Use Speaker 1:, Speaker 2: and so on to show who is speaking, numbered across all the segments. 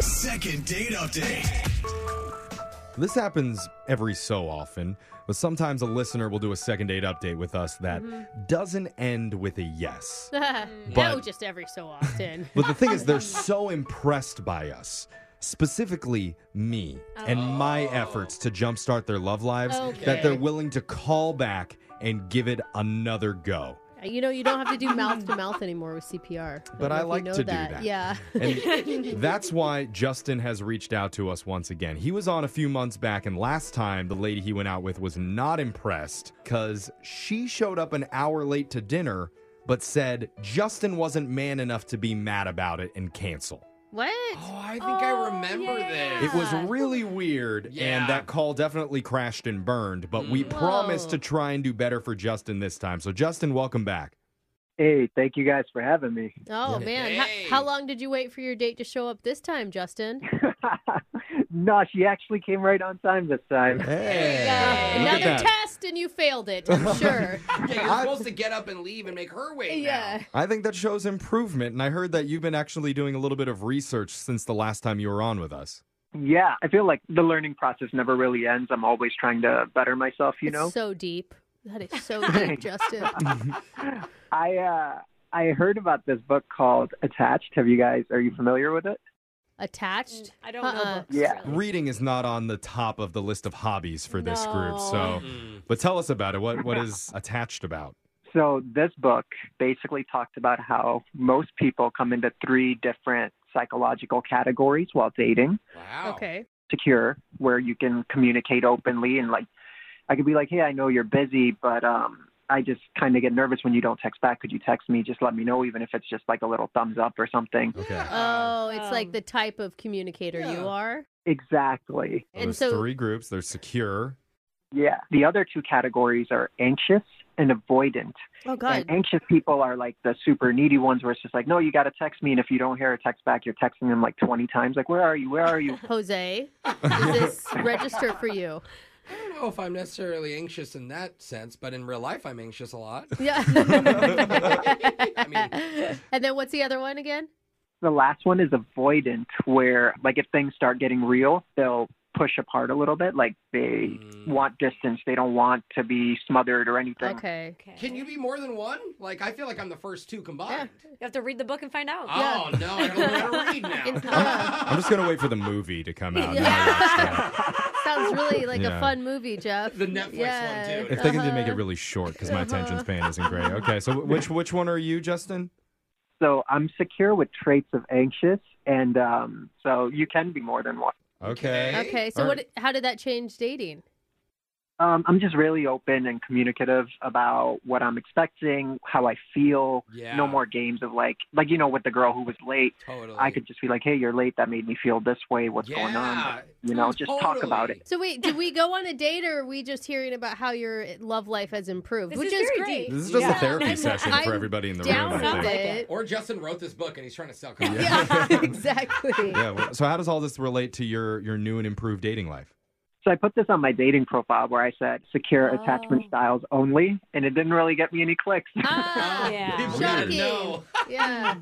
Speaker 1: Second date update.
Speaker 2: This happens every so often, but sometimes a listener will do a second date update with us that
Speaker 3: Mm-hmm.
Speaker 2: doesn't end with a yes.
Speaker 4: Mm-hmm. no, just every so often.
Speaker 2: But the thing is, they're so impressed by us, specifically me and my efforts to jumpstart their love lives, that they're
Speaker 4: Oh. Okay.
Speaker 2: willing to call back and give it another go.
Speaker 4: you know, you don't have to do mouth to mouth anymore with CPR.
Speaker 2: But
Speaker 4: don't
Speaker 2: I
Speaker 4: know if you
Speaker 2: like
Speaker 4: know
Speaker 2: to do that.
Speaker 4: Yeah.
Speaker 2: And that's why Justin has reached out to us once again. He was on a few months back, and last time the lady he went out with was not impressed because she showed up an hour late to dinner, but said Justin wasn't man enough to be mad about it and cancel.
Speaker 4: What? Oh,
Speaker 3: Oh, I think I remember this.
Speaker 2: It was really weird,
Speaker 3: Yeah.
Speaker 2: and that call definitely crashed and burned, but we
Speaker 4: Mm.
Speaker 2: promised to
Speaker 4: Whoa.
Speaker 2: try and do better for Justin this time. So, Justin, welcome back.
Speaker 5: Hey, thank you guys for having me.
Speaker 4: Oh man, How-
Speaker 3: Hey.
Speaker 4: how, long did you wait for your date to show up this time, Justin?
Speaker 5: no, she actually came right on time this time.
Speaker 2: Hey. Look at
Speaker 4: Another
Speaker 2: that.
Speaker 4: test and you failed it. I'm sure.
Speaker 3: Yeah, you're
Speaker 2: I-
Speaker 3: supposed to get up and leave and make her wait.
Speaker 4: yeah.
Speaker 2: I think that shows improvement, and I heard that you've been actually doing a little bit of research since the last time you were on with us.
Speaker 5: Yeah, I feel like the learning process never really ends. I'm always trying to better myself, you
Speaker 4: It's
Speaker 5: know.
Speaker 4: so deep. That is so deep, Justin.
Speaker 5: I uh I heard about this book called Attached. Have you guys are you familiar with it?
Speaker 4: Attached.
Speaker 6: I don't
Speaker 4: Uh-uh.
Speaker 6: know books.
Speaker 5: Yeah.
Speaker 6: really.
Speaker 2: Reading is not on the top of the list of hobbies for this group,
Speaker 4: No.
Speaker 2: so.
Speaker 3: now. Mm.
Speaker 2: But tell us about it. What what is attached about?
Speaker 5: So this book basically talks about how most people come into three different psychological categories while dating.
Speaker 3: Wow.
Speaker 4: Okay.
Speaker 5: secure where you can communicate openly and like I could be like, "Hey, I know you're busy, but um I just kind of get nervous when you don't text back. Could you text me? Just let me know even if it's just like a little thumbs up or something."
Speaker 2: Okay.
Speaker 4: Oh, it's like
Speaker 6: Um,
Speaker 4: the type of communicator
Speaker 3: yeah.
Speaker 4: you are.
Speaker 5: Exactly.
Speaker 4: And
Speaker 2: There's
Speaker 4: so-
Speaker 2: three groups. They're secure.
Speaker 5: Yeah. The other two categories are anxious and avoidant.
Speaker 4: Oh God.
Speaker 5: And anxious people are like the super needy ones where it's just like, "No, you got to text me." And if you don't hear a text back, you're texting them like 20 times like, "Where are you? Where are you?"
Speaker 4: Jose, does this register for you?
Speaker 3: I don't know if I'm necessarily anxious in that sense, but in real life, I'm anxious a lot.
Speaker 4: Yeah.
Speaker 3: I mean-
Speaker 4: and then what's the other one again?
Speaker 5: The last one is avoidant, where like if things start getting real, they'll push apart a little bit. Like they
Speaker 3: Mm.
Speaker 5: Mm-hmm. want distance. They don't want to be smothered or anything.
Speaker 4: Okay.
Speaker 6: Okay.
Speaker 3: Can you be more than one? Like, I feel like I'm the first two combined.
Speaker 6: You have to read the book and find out.
Speaker 3: Oh, no, I don't know how to read now.
Speaker 4: It's
Speaker 2: I'm just gonna wait for the movie to come out. and then I'll watch that.
Speaker 4: Yeah. Sounds really like
Speaker 2: Yeah.
Speaker 4: a fun movie, Jeff.
Speaker 3: The Netflix one,
Speaker 4: Yes.
Speaker 3: too.
Speaker 2: If they can just make it
Speaker 4: Uh-huh.
Speaker 2: really short, because my attention span isn't great. Okay, so which which one are you, Justin?
Speaker 5: So I'm secure with traits of anxious, and um, so you can be more than one.
Speaker 2: Okay.
Speaker 3: Okay.
Speaker 4: Okay, so
Speaker 2: All
Speaker 4: what? How did that change dating?
Speaker 5: Um, I'm just really open and communicative about what I'm expecting, how I feel.
Speaker 3: Yeah.
Speaker 5: No more games of like, like you know, with the girl who was late.
Speaker 3: Totally.
Speaker 5: I could just be like, "Hey, you're late. That made me feel this way. What's
Speaker 3: yeah.
Speaker 5: going on?" You know, just talk about
Speaker 3: Totally.
Speaker 5: it.
Speaker 4: So wait, did we go on a date, or are we just hearing about how your love life has improved,
Speaker 6: This
Speaker 4: which
Speaker 6: is
Speaker 4: is,
Speaker 6: very
Speaker 4: great.
Speaker 6: deep.
Speaker 2: This is just a
Speaker 6: Yeah.
Speaker 2: therapy
Speaker 6: I'm-
Speaker 2: session
Speaker 4: I'm
Speaker 2: for everybody in the room.
Speaker 4: down
Speaker 2: I
Speaker 4: with
Speaker 2: think.
Speaker 6: Sounds like
Speaker 4: it.
Speaker 3: Or Justin wrote this book and he's trying to sell copies.
Speaker 4: Yeah, exactly.
Speaker 2: Yeah. well, So how does all this relate to your your new and improved dating life?
Speaker 5: So I put this on my dating profile where I said secure
Speaker 6: Oh.
Speaker 5: attachment styles only, and it didn't really get me any clicks.
Speaker 4: Ah,
Speaker 6: Yeah.
Speaker 3: Uh,
Speaker 6: uh,
Speaker 3: People
Speaker 4: Shocking.
Speaker 3: didn't know.
Speaker 4: yeah.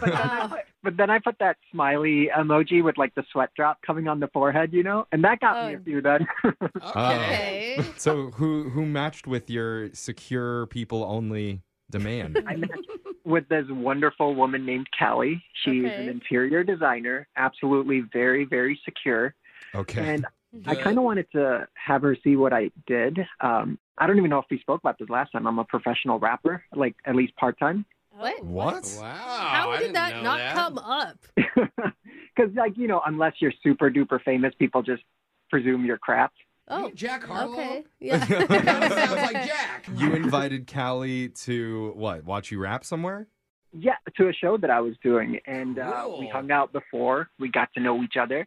Speaker 4: Wow.
Speaker 5: but then I put that smiley emoji with like the sweat drop coming on the forehead, you know, and that got me
Speaker 6: Oh.
Speaker 5: a few then.
Speaker 3: Okay.
Speaker 4: Okay.
Speaker 2: So who who matched with your secure people only demand?
Speaker 5: I matched with this wonderful woman named Callie. She's
Speaker 4: Okay.
Speaker 5: an interior designer, absolutely very, very secure.
Speaker 2: Okay.
Speaker 5: And I kind of wanted to have her see what I did. Um, I don't even know if we spoke about this last time. I'm a professional rapper, like at least part time.
Speaker 4: What?
Speaker 2: What?
Speaker 3: Wow.
Speaker 4: How
Speaker 3: Oh, I
Speaker 4: did
Speaker 3: didn't
Speaker 4: that
Speaker 3: know
Speaker 4: not
Speaker 3: that.
Speaker 4: come up?
Speaker 5: Because, like, you know, unless you're super duper famous, people just presume you're crap.
Speaker 4: Oh,
Speaker 3: Jack Harlow.
Speaker 4: okay. Yeah.
Speaker 3: Kind of sounds like Jack.
Speaker 2: You invited Callie to what? Watch you rap somewhere?
Speaker 5: Yeah, to a show that I was doing, and uh, we
Speaker 3: Cool.
Speaker 5: hung out before. We got to know each other,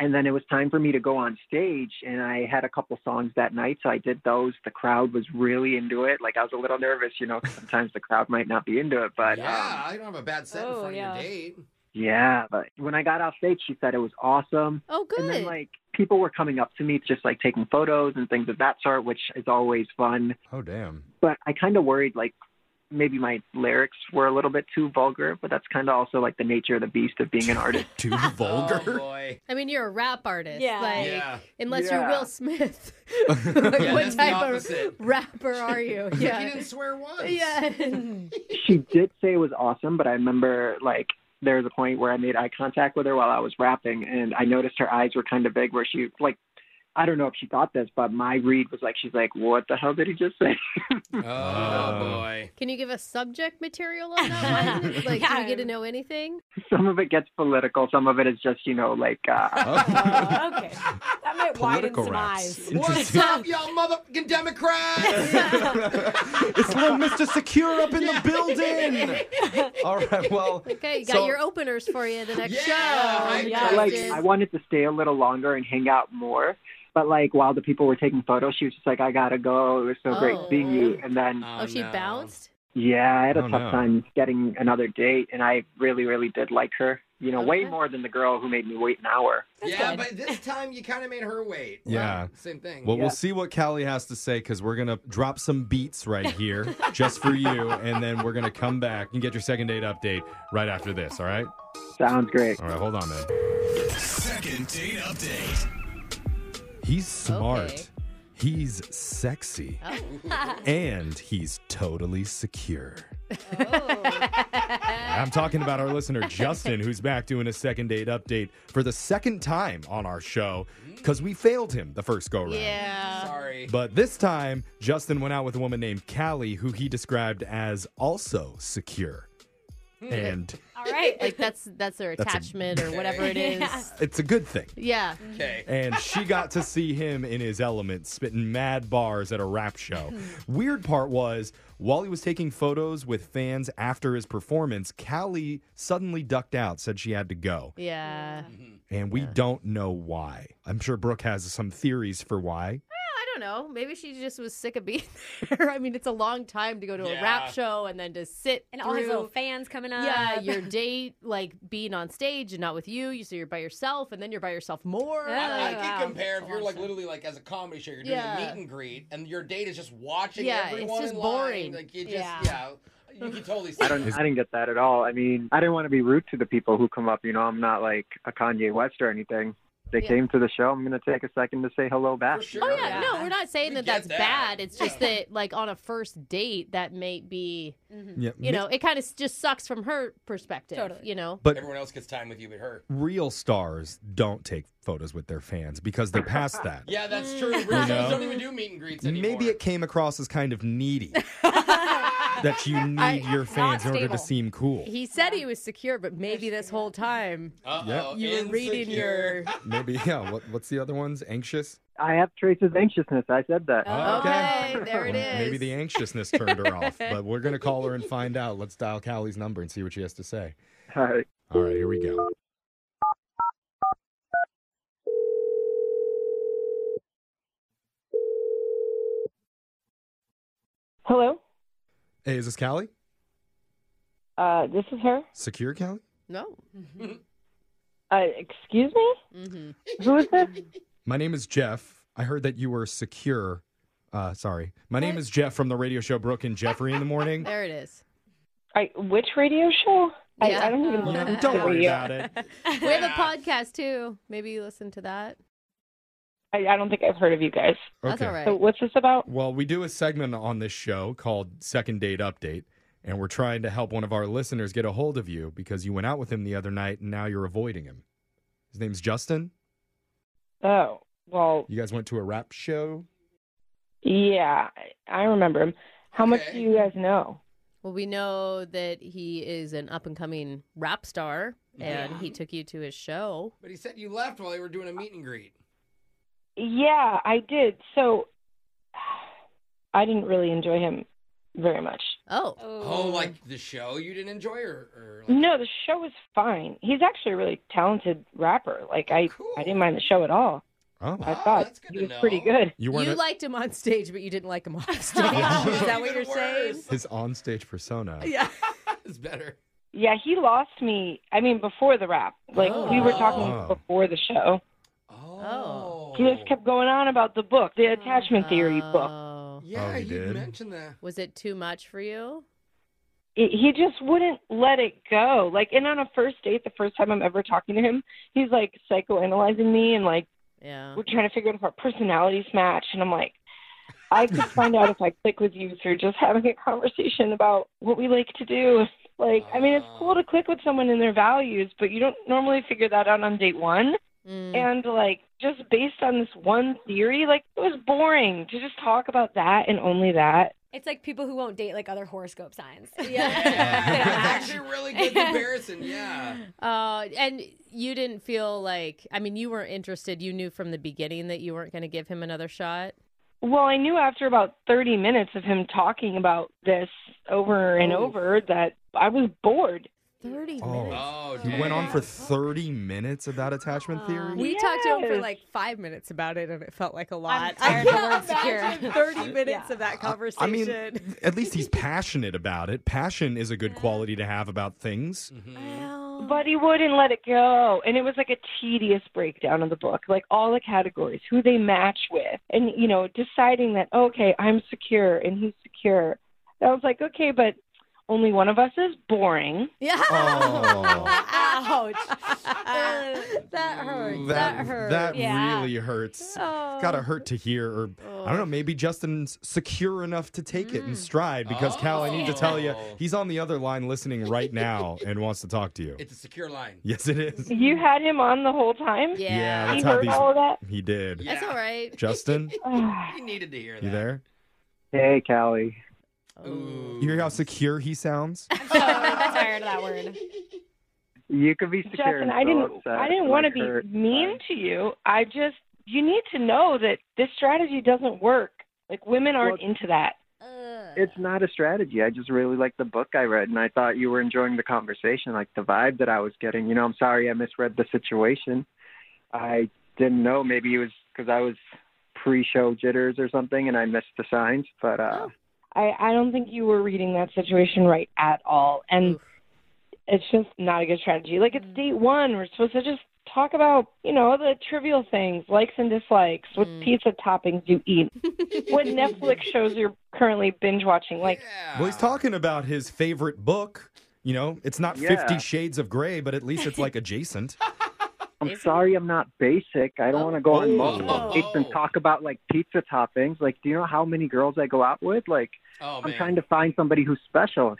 Speaker 5: and then it was time for me to go on stage. And I had a couple songs that night, so I did those. The crowd was really into it. Like I was a little nervous, you know, 'cause sometimes the crowd might not be into it. But
Speaker 3: yeah,
Speaker 5: um,
Speaker 3: I don't have a bad set in
Speaker 6: Oh,
Speaker 3: front
Speaker 6: yeah.
Speaker 3: of your date.
Speaker 5: yeah. But when I got off stage, she said it was awesome.
Speaker 4: Oh, good.
Speaker 5: And then like people were coming up to me, just like taking photos and things of that sort, which is always fun.
Speaker 2: Oh damn.
Speaker 5: But I kind of worried, like. maybe my lyrics were a little bit too vulgar, but that's kind of also like the nature of the beast of being an artist.
Speaker 2: Too
Speaker 3: Oh,
Speaker 2: vulgar.
Speaker 3: boy.
Speaker 4: I mean, you're a rap artist.
Speaker 6: Yeah.
Speaker 4: Like,
Speaker 3: Yeah.
Speaker 4: Unless you're
Speaker 5: Yeah.
Speaker 4: Will Smith. like,
Speaker 3: Yeah,
Speaker 4: what
Speaker 3: that's the
Speaker 4: type of
Speaker 3: opposite.
Speaker 4: rapper are you?
Speaker 3: He
Speaker 4: Yeah.
Speaker 3: didn't swear once.
Speaker 4: Yeah.
Speaker 5: she did say it was awesome, but I remember like there was a point where I made eye contact with her while I was rapping, and I noticed her eyes were kind of big, where she like. I don't know if she thought this, but my read was like, she's like, what the hell did he just say?
Speaker 3: Oh,
Speaker 2: Oh.
Speaker 3: boy.
Speaker 4: Can you give us subject material on that one? Like, do we
Speaker 6: Yeah.
Speaker 4: get to know anything?
Speaker 5: some of it gets political, some of it is just, you know, like, uh,
Speaker 6: Uh, okay. That might widen
Speaker 2: Political
Speaker 6: some
Speaker 2: raps.
Speaker 6: eyes.
Speaker 3: What's
Speaker 2: Interesting.
Speaker 3: up, y'all motherfucking Democrats?
Speaker 2: it's little Mr. Secure up in the building. All right, well,
Speaker 4: Okay, you got
Speaker 2: So-
Speaker 4: your openers for you the next
Speaker 3: Yeah,
Speaker 4: show.
Speaker 3: I
Speaker 6: Yeah.
Speaker 5: I, Oh, like I
Speaker 4: Justin.
Speaker 5: wanted to stay a little longer and hang out more. But like while the people were taking photos, she was just like, I gotta go. It was so great
Speaker 4: Oh.
Speaker 5: seeing you. And then
Speaker 4: Oh, she
Speaker 3: no.
Speaker 4: bounced?
Speaker 5: yeah, I had a
Speaker 2: Oh,
Speaker 5: tough
Speaker 2: no.
Speaker 5: time getting another date, and I really, really did like her. You know, way
Speaker 4: Okay.
Speaker 5: more than the girl who made me wait an hour.
Speaker 6: That's
Speaker 3: yeah,
Speaker 6: good.
Speaker 3: but this time you kind of made her wait.
Speaker 2: Yeah.
Speaker 3: Wow, same thing.
Speaker 2: well,
Speaker 5: Yeah.
Speaker 2: we'll see what Callie has to say because we're going to drop some beats right here just for you. And then we're going to come back and get your second date update right after this. All right?
Speaker 5: Sounds great.
Speaker 2: All right, hold on, man.
Speaker 1: Second date update.
Speaker 2: He's smart.
Speaker 4: Okay.
Speaker 2: He's sexy. And he's totally secure. I'm talking about our listener, Justin, who's back doing a second date update for the second time on our show because we failed him the first go round.
Speaker 4: Yeah.
Speaker 3: Sorry.
Speaker 2: But this time, Justin went out with a woman named Callie, who he described as also secure. And
Speaker 6: All right.
Speaker 4: Like that's that's their
Speaker 2: That's a-
Speaker 4: attachment or whatever it is.
Speaker 6: Yeah.
Speaker 2: it's a good thing.
Speaker 4: Yeah.
Speaker 3: okay.
Speaker 2: And she got to see him in his element, spitting mad bars at a rap show. Weird part was, while he was taking photos with fans after his performance, Callie suddenly ducked out, said she had to go.
Speaker 4: Yeah.
Speaker 2: And we don't know why. I'm sure Brooke has some theories for why.
Speaker 4: I don't know. Maybe she just was sick of being there. I mean, it's a long time to go to a
Speaker 3: Yeah.
Speaker 4: rap show and then to sit
Speaker 6: and all his
Speaker 4: through-
Speaker 6: little fans coming up.
Speaker 4: Yeah, your date, like being on stage and not with you. You so you're by yourself, and then you're by yourself more.
Speaker 6: Yeah.
Speaker 3: I, I
Speaker 4: Like,
Speaker 3: can
Speaker 6: wow.
Speaker 3: compare if
Speaker 6: That's
Speaker 3: you're like
Speaker 6: awesome.
Speaker 3: literally like as a comedy show, you're doing
Speaker 4: Oh, Yeah.
Speaker 3: a meet and greet, and your date is just watching
Speaker 4: Yeah, it's
Speaker 3: everyone.
Speaker 4: just
Speaker 3: in line.
Speaker 4: boring.
Speaker 3: Like you just
Speaker 6: Yeah.
Speaker 3: yeah. you can totally see.
Speaker 5: I don't. I didn't get that at all. I mean, I didn't want to be rude to the people who come up. You know, I'm not like a Kanye West or anything. They
Speaker 4: Yeah.
Speaker 5: came to the show. I'm gonna take a second to say hello back.
Speaker 3: For sure.
Speaker 4: Oh yeah,
Speaker 6: Yeah.
Speaker 4: no, we're not saying
Speaker 3: We
Speaker 4: that
Speaker 3: get
Speaker 4: that's
Speaker 3: that.
Speaker 4: bad. It's just
Speaker 3: Yeah.
Speaker 4: that, like, on a first date, that may be,
Speaker 2: Yeah,
Speaker 4: you
Speaker 3: Mm-hmm.
Speaker 4: know, it kind of just sucks from her perspective.
Speaker 6: Totally.
Speaker 4: You know,
Speaker 2: But
Speaker 3: Everyone else gets time with you, but her.
Speaker 2: real stars don't take photos with their fans because they're past that.
Speaker 3: Yeah, that's true.
Speaker 4: Mm.
Speaker 3: Real
Speaker 2: You know?
Speaker 3: shows don't even do meet and greets anymore.
Speaker 2: Maybe it came across as kind of needy that you need your fans in order to
Speaker 6: stable.
Speaker 2: seem cool.
Speaker 4: he said he was secure, but maybe this whole time
Speaker 3: Uh-oh,
Speaker 4: you were reading
Speaker 3: insecure.
Speaker 4: your.
Speaker 2: Maybe yeah. What, what's the other ones? Anxious.
Speaker 5: I have traces of anxiousness. I said that.
Speaker 4: Okay, there it is.
Speaker 2: Maybe the anxiousness turned her off. But we're gonna call her and find out. Let's dial Callie's number and see what she has to say.
Speaker 5: All right.
Speaker 2: All right, here we go.
Speaker 7: Hello.
Speaker 2: Hey, is this Callie?
Speaker 7: Uh, this is her.
Speaker 2: Secure Callie?
Speaker 4: no.
Speaker 7: Uh, excuse me.
Speaker 4: hmm
Speaker 7: Who is this?
Speaker 2: My name is Jeff. I heard that you were secure. Uh, sorry. My name is Jeff from the radio show Brooke and Jeffrey in the morning.
Speaker 4: There it is.
Speaker 7: I, which radio show? I,
Speaker 4: Yeah.
Speaker 7: I don't even
Speaker 2: You know,
Speaker 7: listen to
Speaker 2: don't worry
Speaker 7: radio.
Speaker 2: about it.
Speaker 4: We have a
Speaker 3: Yeah.
Speaker 4: podcast too. Maybe you listen to that.
Speaker 7: I, I don't think I've heard of you guys.
Speaker 4: That's
Speaker 2: Okay.
Speaker 4: all right.
Speaker 7: So what's this about?
Speaker 2: Well, we do a segment on this show called Second Date Update, and we're trying to help one of our listeners get a hold of you because you went out with him the other night and now you're avoiding him. His name's Justin.
Speaker 7: Oh, well,
Speaker 2: You guys went to a rap show.
Speaker 7: yeah, I- I remember him. How much
Speaker 3: Okay.
Speaker 7: do you guys know?
Speaker 4: Well, we know that he is an up and coming rap star, and he took you to his show.
Speaker 3: But he said you left while they were doing a meet and greet.
Speaker 7: Yeah, I did. So I didn't really enjoy him very much.
Speaker 4: Oh,
Speaker 3: Oh, like the show you didn't enjoy, or, or like,
Speaker 7: No, the show was fine. He's actually a really talented rapper. Like I,
Speaker 3: Cool.
Speaker 7: I didn't mind the show at all.
Speaker 2: Oh,
Speaker 7: I
Speaker 3: Wow,
Speaker 7: thought
Speaker 3: that's good
Speaker 7: he
Speaker 3: to
Speaker 7: was pretty
Speaker 3: know.
Speaker 7: good.
Speaker 2: you weren't
Speaker 4: you
Speaker 2: a-
Speaker 4: liked him on stage, but you didn't like him off stage.
Speaker 2: Yeah.
Speaker 4: Is that what you're
Speaker 3: Even
Speaker 4: saying?
Speaker 3: worse.
Speaker 2: his onstage persona.
Speaker 4: Yeah.
Speaker 3: it's better.
Speaker 7: Yeah, he lost me. I mean, before the rap, like we were talking
Speaker 2: Oh.
Speaker 7: before the show.
Speaker 3: Oh,
Speaker 7: He just kept going on about the book, the attachment theory book.
Speaker 4: Oh.
Speaker 3: Yeah,
Speaker 2: Oh, he
Speaker 3: you
Speaker 2: did?
Speaker 3: mentioned that.
Speaker 4: Was it too much for you?
Speaker 7: it, he just wouldn't let it go. Like, and on a first date, the first time I'm ever talking to him, he's like psychoanalyzing me and like
Speaker 4: Yeah.
Speaker 7: we're trying to figure out if our personalities match. And I'm like, I could find out if I click with you through just having a conversation about what we like to do. Like, I mean, it's cool to click with someone in their values, but you don't normally figure that out on date one.
Speaker 4: Mm.
Speaker 7: And like, just based on this one theory, like it was boring to just talk about that and only that.
Speaker 6: It's like people who won't date like other horoscope signs.
Speaker 3: That's
Speaker 6: Yeah.
Speaker 3: actually a really good comparison. Yeah.
Speaker 4: Uh, and you didn't feel like, I mean, you were interested. You knew from the beginning that you weren't going to give him another shot.
Speaker 7: Well, I knew after about 30 minutes of him talking about this over and over that I was bored.
Speaker 4: 30
Speaker 2: Oh.
Speaker 4: minutes.
Speaker 3: Oh,
Speaker 2: He went on
Speaker 3: dang.
Speaker 2: for 30 minutes about attachment theory?
Speaker 8: We talked to him for
Speaker 7: Yes.
Speaker 8: like five minutes about it, and it felt like a lot.
Speaker 6: tired
Speaker 8: I can't
Speaker 6: of the word
Speaker 8: imagine thirty minutes of that conversation.
Speaker 2: I mean, at least he's passionate about it. Passion is a good quality to have about things.
Speaker 3: Mm-hmm.
Speaker 7: But he wouldn't let it go. And it was like a tedious breakdown of the book, like all the categories, who they match with, and, you know, deciding that, okay, I'm secure and he's secure. I was like, okay, but only one of us is boring.
Speaker 4: Yeah.
Speaker 2: Oh,
Speaker 6: Ouch.
Speaker 4: that hurt. That,
Speaker 2: that
Speaker 4: hurt. Oh.
Speaker 2: that
Speaker 6: Yeah.
Speaker 2: really hurts. It's gotta hurt to hear, or I don't know. Maybe Justin's secure enough to take it
Speaker 4: Mm.
Speaker 2: in stride. Because Cal, I need to tell you,
Speaker 3: Oh.
Speaker 2: he's on the other line listening right now and wants to talk to you.
Speaker 3: It's a secure line.
Speaker 2: Yes, it is.
Speaker 7: You had him on the whole time?
Speaker 4: yeah.
Speaker 2: Yeah,
Speaker 7: He
Speaker 2: that's how
Speaker 7: heard all
Speaker 2: these.
Speaker 7: of that?
Speaker 2: He did.
Speaker 3: Yeah.
Speaker 4: That's all right.
Speaker 2: Justin,
Speaker 3: He needed to hear that.
Speaker 2: you there?
Speaker 5: Hey, Callie.
Speaker 3: Ooh.
Speaker 2: You hear how secure he sounds?
Speaker 6: I'm so tired of that word.
Speaker 5: You could be secure.
Speaker 7: Justin,
Speaker 5: and
Speaker 7: I
Speaker 5: so
Speaker 7: didn't.
Speaker 5: upset
Speaker 7: I didn't
Speaker 5: and,
Speaker 7: want to
Speaker 5: like,
Speaker 7: be
Speaker 5: hurt.
Speaker 7: mean to you. I just you need to know that this strategy doesn't work. Like women aren't into that.
Speaker 5: It's not a strategy. I just really liked the book I read, and I thought you were enjoying the conversation, like the vibe that I was getting. You know, I'm sorry I misread the situation. I didn't know. Maybe it was because I was pre-show jitters or something, and I missed the signs. But
Speaker 3: Oh,
Speaker 5: uh,
Speaker 7: I I don't think you were reading that situation right at all, and it's just not a good strategy. Like
Speaker 2: Mm.
Speaker 7: it's date one. We're supposed to just talk about you know the trivial things, likes and dislikes, what
Speaker 2: Mm.
Speaker 7: pizza toppings you eat, what Netflix shows you're currently binge watching. Like
Speaker 3: Yeah.
Speaker 2: Well, he's talking about his favorite book. You know, it's not Fifty
Speaker 5: Yeah.
Speaker 2: Shades of Grey, but at least it's like adjacent.
Speaker 5: I'm sorry I'm not basic. I don't want to go on multiple
Speaker 3: Oh.
Speaker 5: dates and talk about like pizza toppings. Like, do you know how many girls I go out with? Like,
Speaker 3: Oh
Speaker 5: I'm
Speaker 3: man.
Speaker 5: trying to find somebody who's special.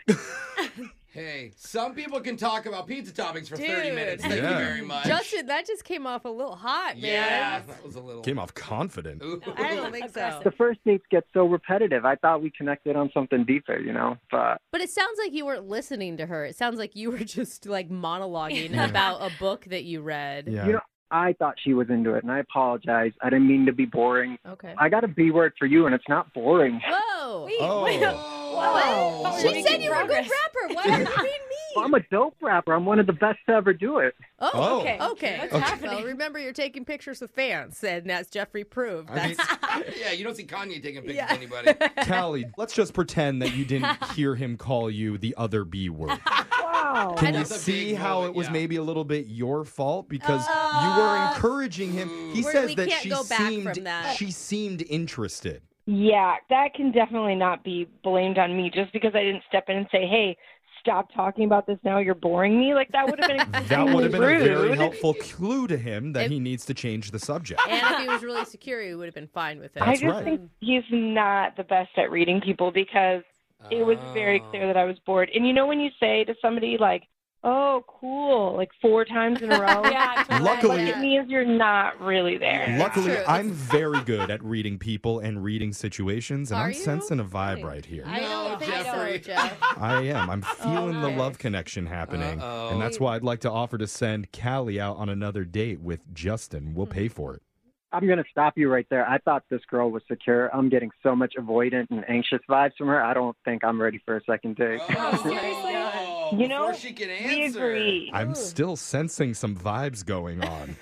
Speaker 3: Hey, some people can talk about pizza toppings for 30
Speaker 8: Dude.
Speaker 3: minutes. Thank
Speaker 2: Yeah.
Speaker 3: you very much.
Speaker 8: Justin, that just came off a little hot,
Speaker 3: yeah,
Speaker 8: man.
Speaker 3: that was a little.
Speaker 2: Came off confident.
Speaker 3: Ooh.
Speaker 8: I don't think so.
Speaker 5: the first dates get so repetitive. I thought we connected on something deeper, you know. But
Speaker 4: But it sounds like you weren't listening to her. It sounds like you were just like monologuing about a book that you read.
Speaker 2: Yeah.
Speaker 5: You know, I thought she was into it, and I apologize. I didn't mean to be boring.
Speaker 4: Okay.
Speaker 5: I got a B word for you, and it's not boring.
Speaker 4: Whoa.
Speaker 2: oh.
Speaker 3: Whoa.
Speaker 6: She said you were a good
Speaker 8: Progress.
Speaker 6: rapper. Why are you being
Speaker 5: Well, I'm a dope rapper. I'm one of the best to ever do it.
Speaker 4: Oh,
Speaker 2: Oh.
Speaker 4: okay. Okay.
Speaker 8: What's
Speaker 2: Okay.
Speaker 8: happening? Well, remember, you're taking pictures with fans, and as Jeffrey proved,
Speaker 2: I mean-
Speaker 8: that's
Speaker 3: Yeah, you don't see Kanye taking pictures
Speaker 8: Yeah.
Speaker 3: of anybody.
Speaker 2: Callie, let's just pretend that you didn't hear him call you the other B word.
Speaker 7: wow.
Speaker 2: Can you
Speaker 3: That's a big
Speaker 2: see how
Speaker 3: moment,
Speaker 2: it was
Speaker 3: yeah.
Speaker 2: maybe a little bit your fault because you were encouraging him? He
Speaker 4: We're-
Speaker 2: says
Speaker 4: Uh, we
Speaker 2: that
Speaker 4: can't
Speaker 2: she
Speaker 4: go back
Speaker 2: seemed
Speaker 4: from that.
Speaker 2: she seemed interested.
Speaker 7: Yeah, that can definitely not be blamed on me just because I didn't step in and say, "Hey, stop talking about this now. You're boring me." Like that would have been
Speaker 2: That
Speaker 7: extremely
Speaker 2: would have been a
Speaker 7: rude.
Speaker 2: very helpful clue to him that
Speaker 4: If-
Speaker 2: he needs to change the subject.
Speaker 4: And if he was really secure, he would have been fine with it.
Speaker 7: I
Speaker 2: That's
Speaker 7: just
Speaker 2: right.
Speaker 7: think he's not the best at reading people because it was very
Speaker 3: Ah.
Speaker 7: clear that I was bored. And you know when you say to somebody like, "Oh, cool," like four times in a row,
Speaker 6: Yeah, totally.
Speaker 7: like
Speaker 2: Luckily-
Speaker 7: it means you're not really there.
Speaker 2: Luckily,
Speaker 4: True.
Speaker 2: I'm very good at reading people and reading situations, and
Speaker 4: Are
Speaker 2: I'm
Speaker 4: you?
Speaker 2: sensing a vibe right here.
Speaker 4: I Oh, don't
Speaker 3: No,
Speaker 4: think
Speaker 3: Jeffrey.
Speaker 4: so, Jeff.
Speaker 2: I am. I'm feeling the
Speaker 4: okay.
Speaker 2: love connection happening.
Speaker 3: Uh-oh. Oh,
Speaker 2: And that's why I'd like to offer to send Callie out on another date with Justin.
Speaker 4: Hmm.
Speaker 2: We'll pay for it.
Speaker 5: I'm gonna stop you right there. I thought this girl was secure. I'm getting so much avoidant and anxious vibes from her. I don't think I'm ready for a second date.
Speaker 3: Oh,
Speaker 6: Seriously?
Speaker 3: no.
Speaker 7: You know,
Speaker 3: Oh, Before she can
Speaker 7: We
Speaker 3: answer.
Speaker 7: agree.
Speaker 2: I'm still sensing some vibes going on.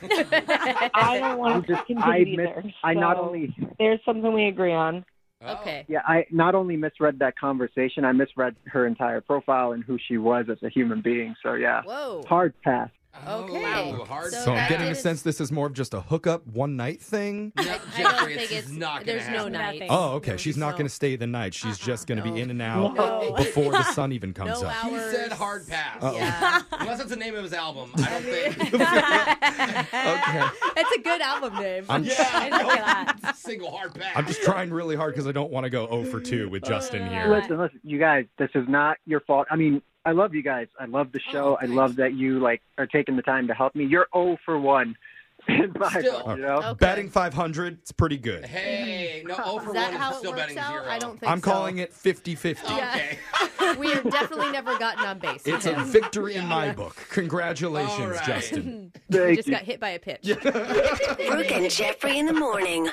Speaker 7: I don't want
Speaker 5: I'm
Speaker 7: to
Speaker 5: just-
Speaker 7: continue
Speaker 5: I admit-
Speaker 7: either.
Speaker 5: I not
Speaker 7: So
Speaker 5: only
Speaker 7: there's something we agree on.
Speaker 3: Oh.
Speaker 4: Okay.
Speaker 5: yeah, I not only misread that conversation, I misread her entire profile and who she was as a human being. So yeah.
Speaker 4: Whoa.
Speaker 5: Hard pass.
Speaker 3: Oh,
Speaker 4: Okay.
Speaker 3: hard.
Speaker 4: So
Speaker 2: So I'm
Speaker 4: that
Speaker 2: getting a
Speaker 4: is-
Speaker 2: sense this is more of just a hookup one night thing.
Speaker 3: no,
Speaker 4: I don't
Speaker 3: Jeffrey,
Speaker 4: think
Speaker 3: it's,
Speaker 4: it's
Speaker 3: not gonna
Speaker 4: there's
Speaker 3: happen.
Speaker 4: no night.
Speaker 6: Nothing.
Speaker 2: Oh, okay. She's not
Speaker 4: no. Uh-uh.
Speaker 2: going to stay the night. She's just going to be
Speaker 4: No.
Speaker 2: in and out
Speaker 6: No.
Speaker 2: before the sun even comes
Speaker 4: No
Speaker 2: up.
Speaker 3: He
Speaker 4: hours.
Speaker 3: said hard pass.
Speaker 4: Yeah.
Speaker 3: Unless that's the name of his album. I don't think.
Speaker 2: Okay.
Speaker 4: That's a good album name.
Speaker 2: I'm,
Speaker 6: I didn't say that.
Speaker 3: Single hard pass.
Speaker 2: I'm just trying really hard because I don't want to go 0 for 2 with Justin here.
Speaker 6: Let's-
Speaker 5: Listen, listen, you guys, this is not your fault. I mean, I love you guys. I love the show. I love that you like are taking the time to help me. You're 0 for 1 in my
Speaker 3: Still.
Speaker 5: book, you know?
Speaker 4: Okay.
Speaker 2: Betting 500, it's pretty good.
Speaker 3: Hey, no, over
Speaker 4: Is
Speaker 3: one
Speaker 4: that
Speaker 3: is
Speaker 4: how it
Speaker 3: still
Speaker 4: works
Speaker 3: betting
Speaker 4: out?
Speaker 3: zero.
Speaker 4: I don't think
Speaker 2: I'm
Speaker 4: so.
Speaker 2: calling it 50 50.
Speaker 3: Okay.
Speaker 4: We have definitely never gotten on base. with
Speaker 2: It's a
Speaker 4: him.
Speaker 2: victory in my book. Congratulations,
Speaker 3: All right.
Speaker 2: Justin.
Speaker 4: We
Speaker 5: Thank
Speaker 4: just
Speaker 5: you.
Speaker 4: got hit by a pitch.
Speaker 9: Brooke and Jeffrey in the morning.